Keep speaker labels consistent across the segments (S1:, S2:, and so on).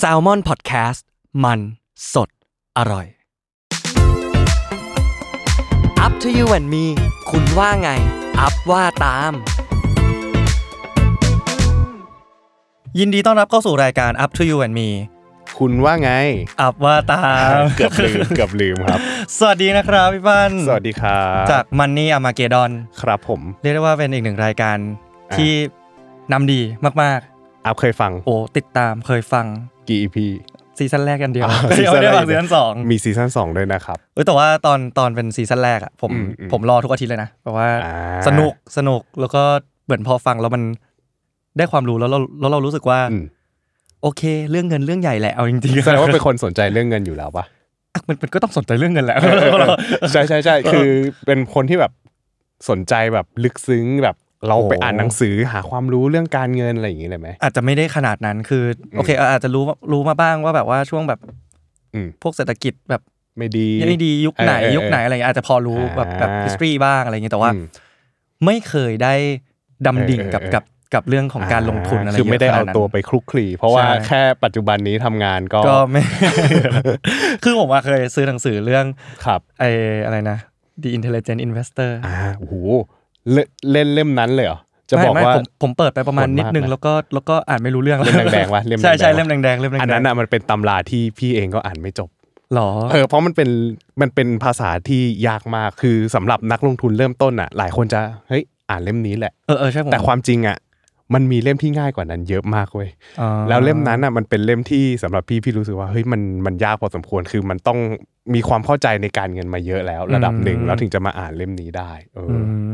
S1: s a l m o n PODCAST มันสดอร่อย Up to you and me คุณว่าไง อัพว่าตาม
S2: ยินดีต้อนรับเข้าสู่รายการ Up to You and Me
S3: คุณว่าไง
S2: อัพว่าตาม
S3: เกือบลืม เกือบลืมครับ
S2: สวัสดีนะครับพี่ปั้น
S3: สวัสดีครับ
S2: จากมันนี่อามาเกดอน
S3: ครับผม
S2: เรียกได้ว่าเป็นอีกหนึ่งรายการ
S3: อ่า
S2: ที่นำดีมาก
S3: อัพเคยฟัง
S2: ๆ โอ้ติดตามเคยฟัง
S3: กี่ EP
S2: ซีซั่นแรกกันเดี ยว
S3: อ่า
S2: ไม่
S3: ซีซั่น
S2: ได้ฟัง
S3: แรก
S2: ซีซั่นสอง
S3: มีซีซั่น2ด้วยนะครับ
S2: เอ้ยแต่ว่าตอนตอนเป็นซีซั่นแรกอะผม
S3: อืมอืม
S2: ผมรอทุกอาทิตย์เลยนะเพราะว่า
S3: อ่า
S2: สนุกสนุกแล้วก็เหมือนพอฟังแล้วมันได้ความรู้แล้วเราแล้วเรารู้สึกว่า
S3: อืม
S2: โอเค เรื่องเงินเรื่องใหญ่แหละเอาจริงๆ
S3: แสดงว่าเป็นคนสนใจเรื่องเงินอยู่แล้ว ปะ
S2: อ่ะมันมันก็ต้องสนใจเรื่องเงินแหละ
S3: ใช่ใช่ใช่คือเป็นคนที่แบบสนใจแบบลึกซึ้งแบบเราไป
S2: โอ้
S3: อ่านหนังสือหาความรู้เรื่องการเงินอะไรอย่างงี้เลยไหม
S2: อาจจะไม่ได้ขนาดนั้นคืออ
S3: ม
S2: โอเคอ่ะอาจจะรู้รู้มาบ้างว่าแบบว่าช่วงแบบ
S3: อืม
S2: พวกเศรษฐกิจแบบ
S3: ไม่ดี
S2: ยังไม่ดียุคไหน
S3: เออเออเออ
S2: ยุคไหนอะไรเงี้ยอาจจะพอรู้แบบแบบ
S3: อ่า
S2: history บ้างอะไรเงี้ยแต่ว่า
S3: อืม
S2: ไม่เคยได้ดำดิ่ง
S3: เออเออ
S2: กับกั
S3: เออ
S2: บกับเรื่องของการลงทุนอะไร
S3: คื
S2: เย
S3: อไม่ได้
S2: อะขนา
S3: เอา
S2: ดนั้น
S3: ตัวไปคลุกคลีเพราะว่า
S2: ใช่
S3: แค่ปัจจุบันนี้ทำงานก็
S2: ก็ไม่ คือผมอะเคยซื้อหนังสือเรื่อง
S3: ครับ
S2: ไออะไรนะ The Intelligent Investor
S3: อ่าโอ้โหเลเล่นเล่มนั้นเลยเหรอจะ
S2: ไม่
S3: บอก
S2: ไม่
S3: ว่า
S2: ผมผมเปิดไปประมาณ
S3: ขนมาก
S2: นิดนึง
S3: นะ
S2: แล้วก็แล้วก็อ่านไม่รู้เรื่อง
S3: เล่มแด งๆวะเล่ม
S2: ใช่ใช่
S3: แดงๆวะ
S2: เล่มแดงๆเล่มแดงๆ
S3: อันนั้นอ่ะมันเป็นตำราที่พี่เองก็อ่านไม่จบ
S2: หรอ
S3: เออเพราะมันเป็นมันเป็นภาษาที่ยากมากคือสำหรับนักลงทุนเริ่มต้นอ่ะ หลายคนจะเฮ้ยอ่านเล่มนี้แหละ
S2: เออเออใช่ผม
S3: แต่ความจริงอ่ะมันมีเล่มที่ง่ายกว่านั้นเยอะมากเว้ย
S2: อ๋อ
S3: แล้วเล่มนั้นอ่ะมันเป็นเล่มที่สำหรับพี่พี่รู้สึกว่าเฮ้ยมันมันยากพอสมควรคือมันต้องมีความเข้าใจในการเงินมาเยอะแล้ว ระดับหนึ่ง
S2: อืม
S3: แล้วถึงจะมาอ่านเล่มนี้ได้เออ
S2: อื
S3: อ
S2: ม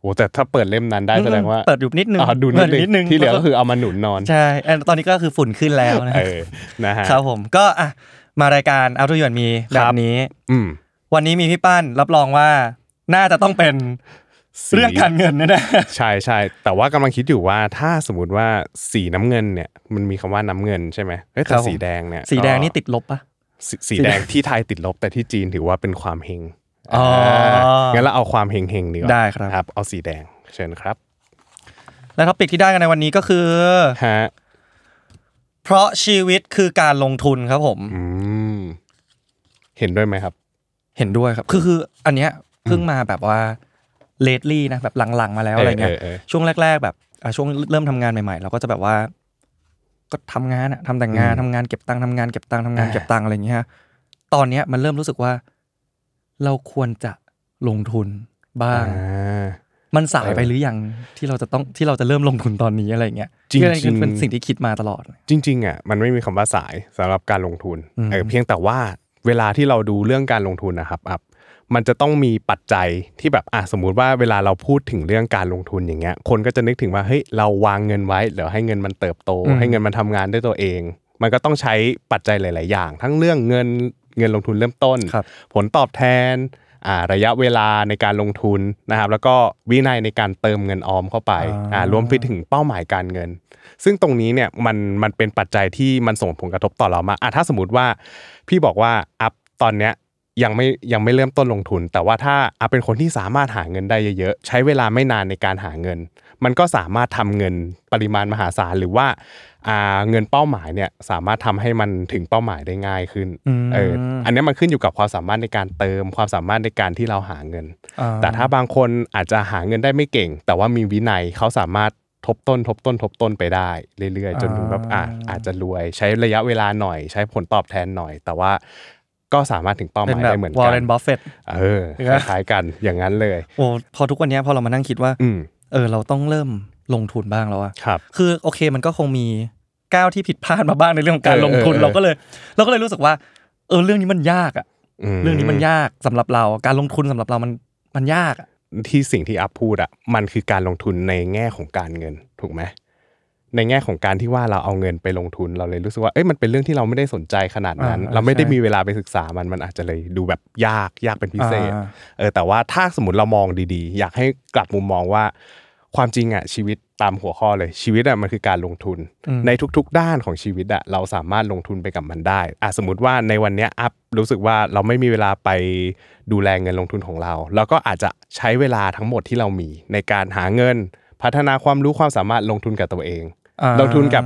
S3: โอ้แต่ถ้าเปิดเล่มนั้นได้แสดงว่า
S2: เปิดอยู่นิดนึง
S3: อ่าดู
S2: เปิดอยู่
S3: นิดนึงที่เหลือก็คือเอามาหนุนนอน
S2: ใช่เอ่อตอนนี้ก็คือฝุ่นขึ้นแล้วนะ
S3: เออนะฮะ
S2: ครับผมก็อ่ะมารายการเอาทุยวนมี
S3: ค
S2: แบ
S3: รับ
S2: บนี้
S3: อืม
S2: วันนี้มีพี่ป้านรับรองว่าน่าจะต้องเป็น
S3: สี
S2: เรื่องการเงินแน่
S3: ใช่ใช่แต่ว่ากำลังคิดอยู่ว่าถ้าสมมติว่าสีน้ำเงินเนี่ยมันมีคำว่าน้ำเงินใช่ไหมเอ้ยแต่สีแดงเนี่ย
S2: ๆสีแดงนี่ติดลบปะ
S3: สสีแดงที่ไทยติดลบแต่ที่จีนถือว่าเป็นความเฮง
S2: อ๋ออ่
S3: างั้นเราเอาความเฮงเฮงๆดีกว่า
S2: ได้ครับ
S3: ครับ เอาสีแดงเชิญครับ
S2: และท็อปิกที่ได้กันในวันนี้ก็คือ
S3: ฮะ
S2: เพราะชีวิตคือการลงทุนครับผม
S3: อืมเห็นด้วยไหมครับ
S2: เห็นด้วยครับคือคืออันเนี้ยเพิ่งมาแบบว่าเลดลี่นะแบบหลังๆมาแล้ว
S3: เออ
S2: อะ
S3: อ
S2: ไรเงี้ย
S3: เออเออ
S2: ช่วงแรก ๆ แบบอ่ะช่วงเริ่มทำงานใหม่ๆ เราก็จะแบบว่า ก็ทำงานอะทำแต่งงานทำงานเก็บตังค์ทำงานเก็บตังค์ทำงานเก็บตังค์อะไรอย่างเงี้ยฮะตอนเนี้ยมันเริ่มรู้สึกว่า เราควรจะลงทุนบ้าง
S3: อ่า
S2: มันสายไปหรือยังที่เราจะต้องที่เราจะเริ่มลงทุนตอนนี้อะไรอย่างเงี้ย
S3: จริงๆ
S2: คืออันนี้คือเป็นสิ่งที่คิดมาตลอด
S3: จริงๆอ่ะมันไม่มีคำว่าสายสำหรับการลงทุน
S2: อืม
S3: เออเพียงแต่ว่าเวลาที่เราดูเรื่องการลงทุนนะครับอัพมันจะต้องมีปัจจัยที่แบบอ่ะสมมุติว่าเวลาเราพูดถึงเรื่องการลงทุนอย่างเงี้ย คนก็จะนึกถึงว่าเฮ้ยเราวางเงินไว้เดี๋ยวให้เงินมันเติบโต ให้เงินมันทำงานด้วยตัวเอง มันก็ต้องใช้ปัจจัยหลาย ๆ อย่าง ทั้งเรื่องเงินเงินลงทุนเริ่มต้น
S2: ครับ
S3: ผลตอบแทนอ่าระยะเวลาในการลงทุนนะครับ แล้วก็วินัยในการเติมเงินออมเข้าไป
S2: อ่า
S3: อ่ารวมไปถึงเป้าหมายการเงิน ซึ่งตรงนี้เนี่ยมันมันเป็นปัจจัยที่มันส่งผลกระทบต่อเรามากอ่ะถ้าสมมติว่าพี่บอกว่าอัพตอนเนี้ยยังไม่ยังไม่เริ่มต้นลงทุน แต่ว่าถ้าอัพเป็นคนที่สามารถหาเงินได้เยอะๆใช้เวลาไม่นานในการหาเงิน มันก็สามารถทำเงินปริมาณมหาศาลหรือว่าอ่าเงินเป้าหมายเนี่ยสามารถทำให้มันถึงเป้าหมายได้ง่ายขึ้น
S2: อืม
S3: เอออันเนี้ยมันขึ้นอยู่กับความสามารถในการเติมความสามารถในการที่เราหาเงิน
S2: อ่
S3: แต่ถ้าบางคนอาจจะหาเงินได้ไม่เก่ง แต่ว่ามีวินัยเขาสามารถทบต้น ทบต้น ทบต้นไปได้ เรื่อยๆ จนถึงแบบอ่ะอาจจะรวย ใช้ระยะเวลาหน่อย ใช้ผลตอบแทนหน่อย แต่ว่าก็สามารถถึงเป้าห
S2: เป็น
S3: มาย
S2: แบบ
S3: ได้เหมือน
S2: วอ
S3: กั
S2: ร์เรนบัฟเฟต
S3: เออ
S2: เออ
S3: คล้ายๆกันอย่างนั้นเลย
S2: โอ้พอทุกวันเนี้ยพอเรามานั่งคิดว่า
S3: อืม
S2: เออเราต้องเริ่มลงทุนบ้างแล้วอะ
S3: ครับ
S2: คือโอเคมันก็คงมีก้าวที่ผิดพลาดมาบ้างในเรื่องของการ
S3: เออ
S2: ลงทุน
S3: เออ
S2: เราก็เลย เราก็เลยรู้สึกว่า เออเรื่องนี้มันยากอะ
S3: ม
S2: เรื่องนี้มันยากสำหรับเราการลงทุนสำหรับเรามันมันยากอะ
S3: ที่สิ่งที่อัพพูดอะมันคือการลงทุนในแง่ของการเงินถูกไหมในแง่ของการที่ว่าเราเอาเงินไปลงทุนเราเลยรู้สึกว่าเอ้ยมันเป็นเรื่องที่เราไม่ได้สนใจขนาดนั้น
S2: อ่า
S3: เราไม่ได้
S2: ใช่
S3: มีเวลาไปศึกษามันมันอาจจะเลยดูแบบยากยากเป็นพิเศษ
S2: อ่า
S3: เออแต่ว่าถ้าสมมติเรามองดีๆ อยากให้กลับมุมมองว่า ความจริงอ่ะชีวิตตามหัวข้อเลยชีวิตอ่ะมันคือการลงทุน
S2: อืม
S3: ในทุกๆ ด้านของชีวิตอ่ะเราสามารถลงทุนไปกับมันได้อ่ะสมมติว่าในวันเนี้ยอัพรู้สึกว่าเราไม่มีเวลาไปดูแลเงินลงทุนของเราเราก็อาจจะใช้เวลาทั้งหมดที่เรามีในการหาเงิน พัฒนาความรู้ความสามารถลงทุนกับตัวเอง
S2: อ่า
S3: ลงทุนกับ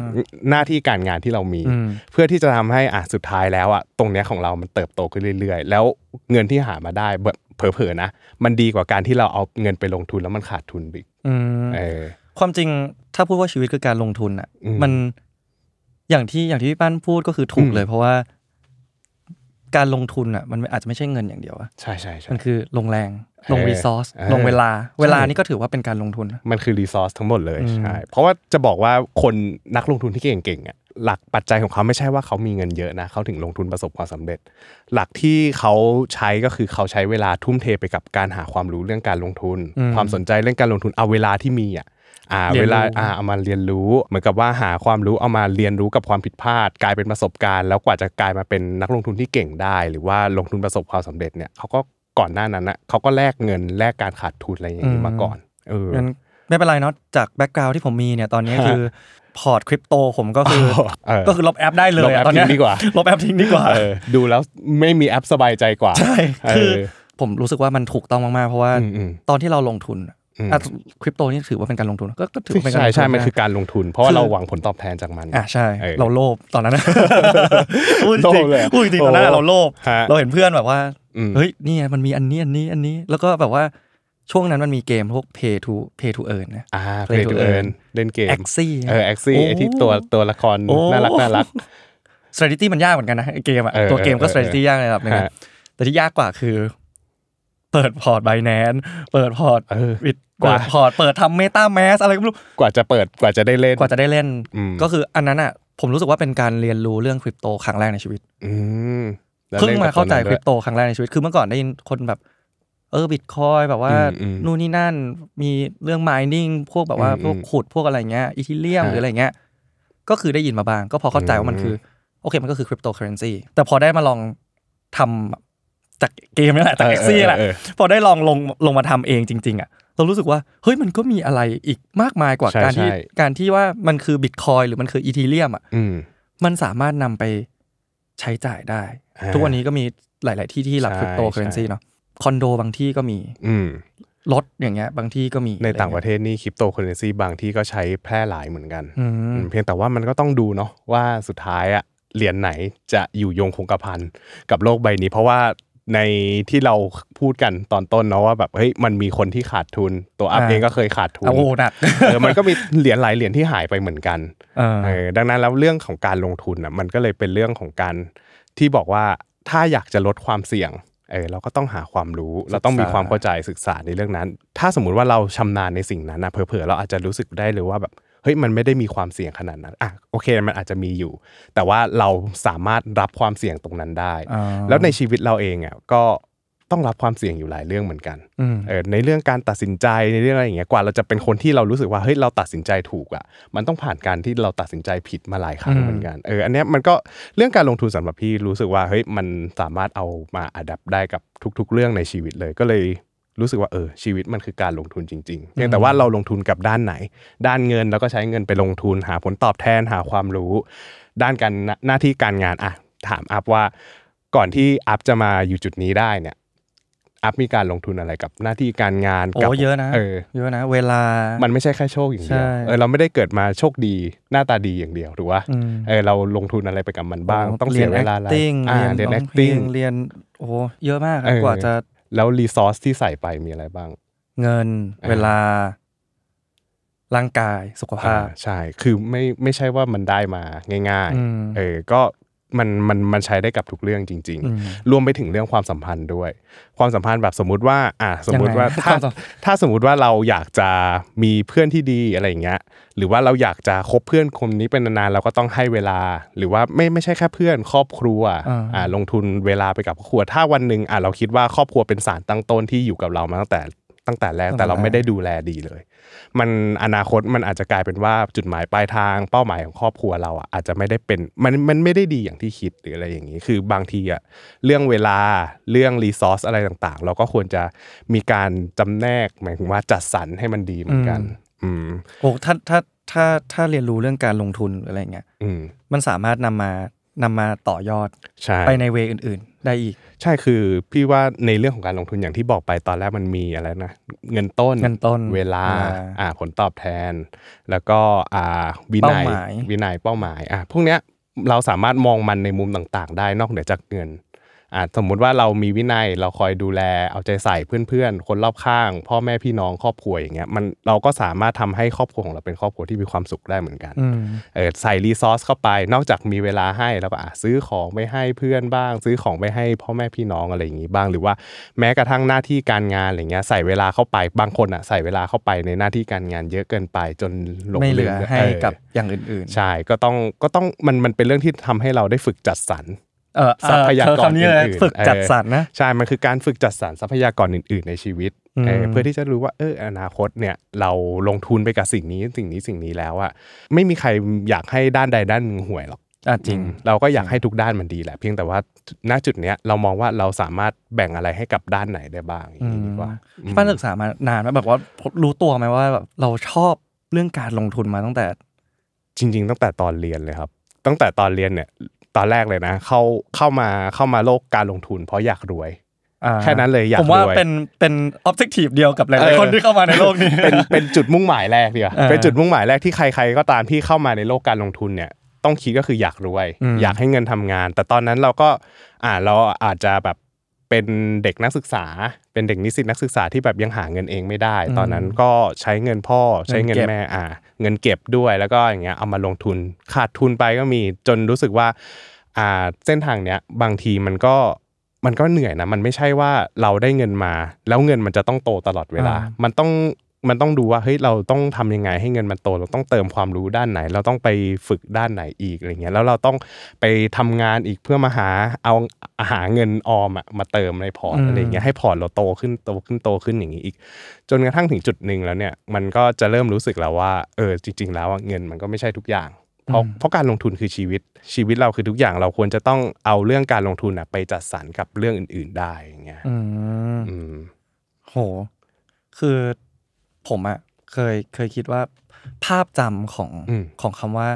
S3: หน้าที่การงานที่เรามี
S2: อืม
S3: เพื่อที่จะทำให้อ่ะสุดท้ายแล้วอ่ะตรงเนี้ยของเรามันเติบโตขึ้นเรื่อยๆ แล้วเงินที่หามาได้แบบเผลอๆนะ มันดีกว่าการที่เราเอาเงินไปลงทุนแล้วมันขาดทุนอีก
S2: อืม
S3: เออ
S2: ความจริงถ้าพูดว่าชีวิตคือการลงทุนอ่ะ
S3: อืม
S2: มันอย่างที่อย่างที่พี่ปั้นพูดก็คือถูก
S3: อืม
S2: เลย เพราะว่า การลงทุนอ่ะ มันอาจจะไม่ใช่เงินอย่างเดียวอะ
S3: ใช่ใช่ใช่
S2: มันคือลงแรง ลง
S3: เออ
S2: รีซอส
S3: เออ
S2: ลงเวลา
S3: ใช่
S2: เวลานี่ก็ถือว่าเป็นการลงทุนนะ
S3: มันคือรีซอสทั้งหมดเลย
S2: อืม
S3: ใช่เพราะว่าจะบอกว่าคนนักลงทุนที่เก่งๆอ่ะหลักปัจจัยของเขาไม่ใช่ว่าเขามีเงินเยอะนะเขาถึงลงทุนประสบความสำเร็จ หลักที่เขาใช้ก็คือเขาใช้เวลาทุ่มเทไปกับการหาความรู้เรื่องการลงทุน
S2: อืม
S3: ความสนใจเรื่องการลงทุนเอาเวลาที่มีอ่ะอ่า
S2: เรียนรู้
S3: เวลาอ่าเอามาเรียนรู้ เหมือนกับว่าหาความรู้เอามาเรียนรู้กับความผิดพลาด กลายเป็นประสบการณ์ แล้วกว่าจะกลายมาเป็นนักลงทุนที่เก่งได้ หรือว่าลงทุนประสบความสำเร็จเนี่ยเขาก็ก่อนหน้านั้นนะเขาก็แลกเงินแลกการขาดทุนอะไรอย่างนี้มาก่อนเออ
S2: งั้นไม่เป็นไรเนาะจากแบ็กกราวที่ผมมีเนี่ยตอนนี้คือ พอร์ตคริปโตผมก็คือ
S3: เออ
S2: ก็คือลบแอปได้เลย
S3: ลบแอ
S2: อะ
S3: ป
S2: ตอนเนี้ย
S3: ทิ้งดีกว่า
S2: ลบแอปทิ้งดีกว่า
S3: เออดูแล้วไม่มีแอปสบายใจกว่า
S2: ใช่
S3: เออ
S2: คือผมรู้สึกว่ามันถูกต้องมากๆเพราะว่า
S3: อืมอืม
S2: ตอนที่เราลงทุนอะ
S3: อืม
S2: อ่ะคริปโตนี่ถือว่าเป็นการลงทุนก็ก็ถือว่าเป็นการลงทุน
S3: ใช่ใช่มัน
S2: นะ
S3: คือการลงทุน เพราะว่า
S2: คือ
S3: เราหวังผลตอบแทนจากมัน
S2: อ่ะใช่
S3: เออ
S2: เราโลภตอนนั้นนะ พูดจ
S3: โล
S2: ริ
S3: ภ
S2: ง
S3: เลยอะ
S2: พูดจริงตอนนั้นอะ
S3: โอ้
S2: เราโลภ
S3: ฮะ
S2: เราเห็นเพื่อนแบบว่า
S3: อืม
S2: เฮ้ยนี่ไงมันมีอันนี้อันนี้อันนี้แล้วก็แบบว่าช่วงนั้นมันมีเกมพวก pay to pay to earn นะ
S3: อ่า
S2: Play
S3: play to
S2: to earn
S3: earn เล่นเกม
S2: a x i
S3: เออแอคซี่ไอที่ตัวตัวละคร
S2: โอ้
S3: น่ารักน่ารัก
S2: strategy มันยากเหมือนกันนะไอ้เกมอะ
S3: เออ
S2: ตัวเกมก็
S3: เออเออ
S2: strategy ยากในระดับหนึงนะ
S3: ฮะ
S2: แต่ที่ยากกว่าคือ เปิดพอร์ตไบแนนเปิดพอร์ต
S3: เออ
S2: บิด
S3: ก
S2: เปิ
S3: ว่า
S2: ดพอร์ตเปิดทำเมตาแมสอะไรก็ไม่รู้
S3: กว่าจะเปิดกว่าจะได้เล่น
S2: กว่าจะได้เล่น
S3: อืม
S2: ก็คืออันนั้นอ่ะผมรู้สึกว่าเป็นการเรียนรู้เรื่องคริปโตครั้งแรกในชีวิต
S3: อืมแล้ว
S2: เพิ่ง
S3: ล่น
S2: มา
S3: กับ
S2: เข้าใจ
S3: ตั
S2: ค
S3: วนั้นด้
S2: ริ
S3: วย
S2: ปโตครั้งแรกในชีวิต คือเมื่อก่อนได้ยินคนแบบ เออบิตคอยแบบว่า
S3: อืมอืม
S2: นู่นนี่นั่น มีเรื่อง mining พวกแบบว่า
S3: อืม
S2: พวกขุดพวกอะไรเงี้ยอีทิเลียม
S3: ฮะ
S2: หรืออะไรเงี้ย ก็คือได้ยินมาบ้าง ก็พอเข้าใจว่ามัน
S3: อืม
S2: คือ โอเคมันก็คือคริปโตเคอเรนซีแต่พอได้มาลองทำจากเกมนี่แหละจากเอ็กซี่แหละ
S3: เออ
S2: พอได้ลองลงลงมาทำเองจริง ๆอ่ะเรารู้สึกว่าเฮ้ยมันก็มีอะไรอีกมากมายกว่า
S3: ใช่
S2: การที่
S3: ใช่
S2: การที่ว่ามันคือบิตคอยหรือมันคืออีทีเลียมอ่ะ
S3: อืม
S2: มันสามารถนำไปใช้จ่ายได้
S3: อ่า
S2: ทุกวันนี้ก็มีหลาย ๆ ที่ที่รับ
S3: ใช่
S2: คริปโตเคอเรนซี
S3: ใช่
S2: เนาะคอนโดบางที่ก็มี
S3: อืม
S2: รถอย่างเงี้ย บางที่ก็มี
S3: ในต่างป
S2: อ
S3: ระ
S2: ไ
S3: เทศนี่คริปโตเคอเรนซีบางที่ก็ใช้แพร่หลายเหมือนกัน
S2: งี้ยอืม
S3: อืมเพียงแต่ว่ามันก็ต้องดูเนาะว่าสุดท้ายอะเหรียญไหนจะอยู่ยงคงกระพันกับโลกใบนี้ เพราะว่าในที่เราพูดกันตอนต้นเนาะว่าแบบเฮ้ยมันมีคนที่ขาดทุน ตัวอัพ
S2: อ่า
S3: เองก็เคยขาดทุน
S2: เอาโอ้หนัก
S3: เออมันก็มีเหรียญหลายเหรียญที่หายไปเหมือนกัน
S2: เออ
S3: เออดังนั้นแล้วเรื่องของการลงทุนอ่ะมันก็เลยเป็นเรื่องของการที่บอกว่าถ้าอยากจะลดความเสี่ยงเออเราก็ต้องหาความรู้ เราต้องมีความเข้าใจศึกษาในเรื่องนั้น ถ้าสมมุติว่าเราชำนาญในสิ่งนั้นนะเผลอๆเราอาจจะรู้สึกได้เลยว่าแบบ เฮ้ยมันไม่ได้มีความเสี่ยงขนาดนั้นอ่ะโอเคมันอาจจะมีอยู่ แต่ว่าเราสามารถรับความเสี่ยงตรงนั้นได้
S2: อ่า
S3: แล้วในชีวิตเราเองอ่ะก็ต้องรับความเสี่ยงอยู่หลายเรื่องเหมือนกัน
S2: อืม
S3: เออในเรื่องการตัดสินใจในเรื่องอะไรอย่างเงี้ยกว่าเราจะเป็นคนที่เรารู้สึกว่าเฮ้ยเราตัดสินใจถูกอ่ะมันต้องผ่านการที่เราตัดสินใจผิดมาหลายครั้ง
S2: อืม
S3: เหมือนกันเอออันเนี้ยมันก็เรื่องการลงทุนสำหรับพี่รู้สึกว่าเฮ้ยมันสามารถเอามาอัดับได้กับทุก ๆ เรื่องในชีวิตเลยก็เลยรู้สึกว่าเออชีวิตมันคือการลงทุนจริงๆเพียงแต่ว่าเราลงทุนกับด้านไหน ด้านเงินแล้วก็ใช้เงินไปลงทุนหาผลตอบแทนหาความรู้ ด้านการหน้าหน้าที่การงานอ่ะถามอัพว่าก่อนที่อัพจะมาอยู่จุดนี้ได้เนี่ยอัพมีการลงทุนอะไรกับหน้าที่การงาน
S2: โอ้
S3: กับ
S2: เยอะนะ
S3: เออ
S2: เยอะนะ เวลา มั
S3: มันไม่ใช่แค่โชคอย่างเดียว
S2: ใช่
S3: เออเราไม่ได้เกิดมาโชคดีหน้าตาดีอย่างเดียวถูกปะเออเราลงทุนอะไรไปกับมันบ้าง ต้องเสียเวลาอะไร
S2: เรียน acting
S3: อ่าเรียน
S2: ร้องเพล
S3: acting
S2: งเรียนโอ้โหเยอะมากอะ
S3: เออ
S2: กว่าจะ
S3: แล้วรีซอสที่ใส่ไปมีอะไรบ้าง
S2: เงิน
S3: อ่า
S2: เวลา ร่างกายสุขภา
S3: อ่า
S2: พ
S3: ใช่คือไม่ไม่ใช่ว่ามันได้มาง่าย
S2: อืม
S3: ๆเออก็มันมันมันใช้ได้กับทุกเรื่องจริง
S2: อื
S3: ๆ
S2: ม
S3: รวมไปถึงเรื่องความสัมพันธ์ด้วย ความสัมพันธ์แบบสมมุติว่าอ่ะสมมุติว่า
S2: ยังไงค
S3: ถ้า
S2: วามสัม
S3: ถ้าสมมุติว่าเราอยากจะมีเพื่อนที่ดีอะไรอย่างเงี้ยหรือว่าเราอยากจะคบเพื่อนคนนี้เป็นนานๆเราก็ต้องให้เวลา หรือว่าไม่ไม่ใช่แค่เพื่อนครอบครัวอ่าลงทุนเวลาไปกับครอบครัว ถ้าวันหนึ่งอ่ะเราคิดว่าครอบครัวเป็นสารตั้งต้นที่อยู่กับเรามาตั้งแต่ตั้งแต่แรกแต่เราไม่ได้ดูแลดีเลย มันอนาคตมันอาจจะกลายเป็นว่าจุดหมายปลายทางเป้าหมายของครอบครัวเราอ่ะอาจจะไม่ได้เป็นมันมันไม่ได้ดีอย่างที่คิดหรืออะไรอย่างนี้ คือบางทีอ่ะเรื่องเวลาเรื่องรีซอสอะไรต่างๆ เราก็ควรจะมีการจำแนกหมายถึงว่าจัดสรรให้มันดีเหมือนกัน อืม
S2: โอ้ถ้าถ้าถ้าถ้าเรียนรู้เรื่องการลงทุนหรืออะไรเงี้ย
S3: อืม
S2: มันสามารถนำมา นำมาต่อยอด
S3: ใช่
S2: ไปในเวย์อื่น ๆ ได้อีก
S3: ใช่คือพี่ว่าในเรื่องของการลงทุนอย่างที่บอกไปตอนแรกมันมีอะไรนะ เงินต้น
S2: เงินต้น
S3: เวลาอ่าผลตอบแทน แล้วก็อ่าวินัย
S2: เป้าหมาย
S3: วินัยเป้าหมายอ่ะพวกเนี้ยเราสามารถมองมันในมุมต่างๆ ได้นอกเหนือจากเงินอ่ะสมมุติว่าเรามีวินัยเราคอยดูแลเอาใจใส่เพื่อนๆ คนรอบข้าง พ่อแม่พี่น้องครอบครัวอย่างเงี้ยมันเราก็สามารถทำให้ครอบครัวของเราเป็นครอบครัวที่มีความสุขได้เหมือนกัน
S2: อืม
S3: เออใส่รีซอสเข้าไป นอกจากมีเวลาให้แล้วก็อ่ะซื้อของไปให้เพื่อนบ้าง ซื้อของไปให้พ่อแม่พี่น้องอะไรอย่างนี้บ้าง หรือว่าแม้กระทั่งหน้าที่การงานอะไรเงี้ยใส่เวลาเข้าไปบางคนอ่ะใส่เวลาเข้าไปในหน้าที่การงานเยอะเกินไปจนหลง
S2: ไม่เหลือ
S3: ม
S2: ให้
S3: เออ
S2: กับอย่างอื่นๆ
S3: ใช่ก็ต้องก็ต้องมันมันเป็นเรื่องที่ทำให้เราได้ฝึกจัดสรร
S2: เออเออ
S3: ทรัพยา
S2: เธ
S3: กร
S2: อคำนี้เลย
S3: อื่นๆ
S2: ฝึกจัดสรรนะ
S3: ใช่มันคือการฝึกจัดสรรทรัพยากรอื่น ๆ ในชีวิต
S2: อืม
S3: เออเพื่อที่จะรู้ว่าเอออนาคตเนี่ยเราลงทุนไปกับสิ่งนี้สิ่งนี้สิ่งนี้แล้วอะไม่มีใครอยากให้ด้านใดด้านหนึ่งห่วยหรอก
S2: อ่ะจริง
S3: อืมเราก็อยากให้ทุกด้านมันดีแหละ เพียงแต่ว่าณจุดเนี้ยเรามองว่าเราสามารถแบ่งอะไรให้กับด้านไหนได้บ้างอย่างนี้ดีกว่า
S2: พี่ปั้นศึกษามานานไหมแบบว่ารู้ตัวไหมว่าแบบเราชอบเรื่องการลงทุนมาตั้งแต่
S3: จริง ๆ ตั้งแต่ตอนเรียนเลยครับ ตั้งแต่ตอนเรียนเนี่ยตอนแรกเลยนะ เข้าเข้ามาเข้ามาโลกการลงทุน เพราะอยากรวย
S2: อ่า
S3: แค่นั้นเลยอยาก
S2: ผมว่าร
S3: วย
S2: เป็นเป็นออบเจกตีฟเดียวกับหลายๆคนที่เข้ามาในโลกนี้
S3: เป็นเป็นจุดมุ่งหมายแรกดีกว่า
S2: อ่า
S3: เป็นจุดมุ่งหมายแรกที่ใคร ๆ ก็ตามที่เข้ามาในโลกการลงทุนเนี่ยต้องคิดก็คืออยากรวย
S2: อืม
S3: อยากให้เงินทำงาน แต่ตอนนั้นเราก็อ่าเราอาจจะแบบเป็นเด็กนักศึกษา เป็นเด็กนิสิตนักศึกษาที่แบบยังหาเงินเองไม่ได้ ตอนนั้นก็ใช้เงินพ่อใช้เงินแม่อ่า เงินเก็บด้วยแล้วก็อย่างเงี้ยเอามาลงทุนขาดทุนไปก็มีจนรู้สึกว่าอ่าเส้นทางเนี้ยบางทีมันก็มันก็เหนื่อยนะมันไม่ใช่ว่าเราได้เงินมา แล้วเงินมันจะต้องโตตลอดเวลา
S2: อ่า
S3: มันต้องมันต้องดูว่าเฮ้ยเราต้องทำยังไงให้เงินมันโต เราต้องเติมความรู้ด้านไหน เราต้องไปฝึกด้านไหนอีกอะไรเงี้ยแล้วเราต้องไปทำงานอีกเพื่อมาหาเอาหาเงินออมอะมาเติมในพอร์ต
S2: อืม
S3: อะไรเงี้ยให้พอร์ตเราโตขึ้นโตขึ้นโตขึ้นอย่างนี้อีก จนกระทั่งถึงจุดหนึ่งแล้วเนี่ยมันก็จะเริ่มรู้สึกแล้วว่าเออจริง ๆ แล้วอะเงินมันก็ไม่ใช่ทุกอย่างเพราะเพราะการลงทุนคือชีวิต ชีวิตเราคือทุกอย่างเราควรจะต้องเอาเรื่องการลงทุนอะไปจัดสรรกับเรื่องอื่น ๆ ได้อย่างเงี้ย
S2: อืม
S3: อืม
S2: โห คือผมอะเคยเคยคิดว่า ภาพจำของ
S3: อืม
S2: ของคำว่า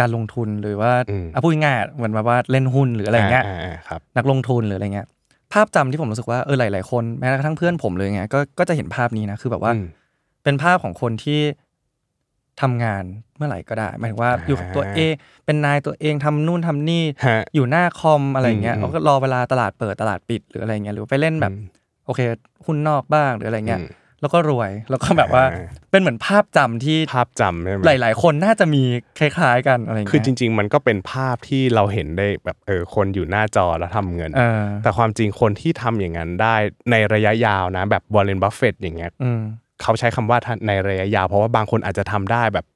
S2: การลงทุนหรือว่า
S3: อืม
S2: อ่ะพูดง่ายๆเหมือนแบบว่าเล่นหุ้นหรืออะไรเงี้ย
S3: อ่าอ่าอ่าครับ
S2: นักลงทุนหรืออะไรเงี้ย ภาพจำที่ผมรู้สึกว่าเออหลาย ๆ คนแม้กระทั่งเพื่อนผมเลยเงี้ยก็ก็จะเห็นภาพนี้นะคือแบบว่า
S3: อืม
S2: เป็นภาพของคนที่ทำงานเมื่อไหร่ก็ได้หมายถึงว่า
S3: อ่า
S2: อยู่กับตัวเองเป็นนายตัวเองทำนู่นทำนี่
S3: ฮะ
S2: อยู่หน้าคอมอะไรเงี้ย
S3: อืมอืม
S2: แล้วก็รอเวลาตลาดเปิดตลาดปิดหรืออะไรเงี้ยหรือไปเล่นแบบ
S3: อืม
S2: โอเคหุ้นนอกบ้างหรืออะไรเงี้ย
S3: อืม
S2: แล้วก็รวยแล้วก็แบบว่า
S3: อ่า
S2: เป็นเหมือนภาพจำที่
S3: ภาพจำใช่ไหม
S2: หลาย ๆ คนน่าจะมีคล้าย ๆ กันอะไรเงี้ย
S3: คือจริง ๆ มันก็เป็นภาพที่เราเห็นได้แบบเออคนอยู่หน้าจอแล้วทำเงิน
S2: เออ
S3: แต่ความจริงคนที่ทำอย่างนั้นได้ในระยะยาวนะ แบบบอลเลนบัฟเฟตอย่างเงี้ย
S2: อืม
S3: เขาใช้คำว่าทันในระยะยาว เพราะว่าบางคนอาจจะทำได้แบบ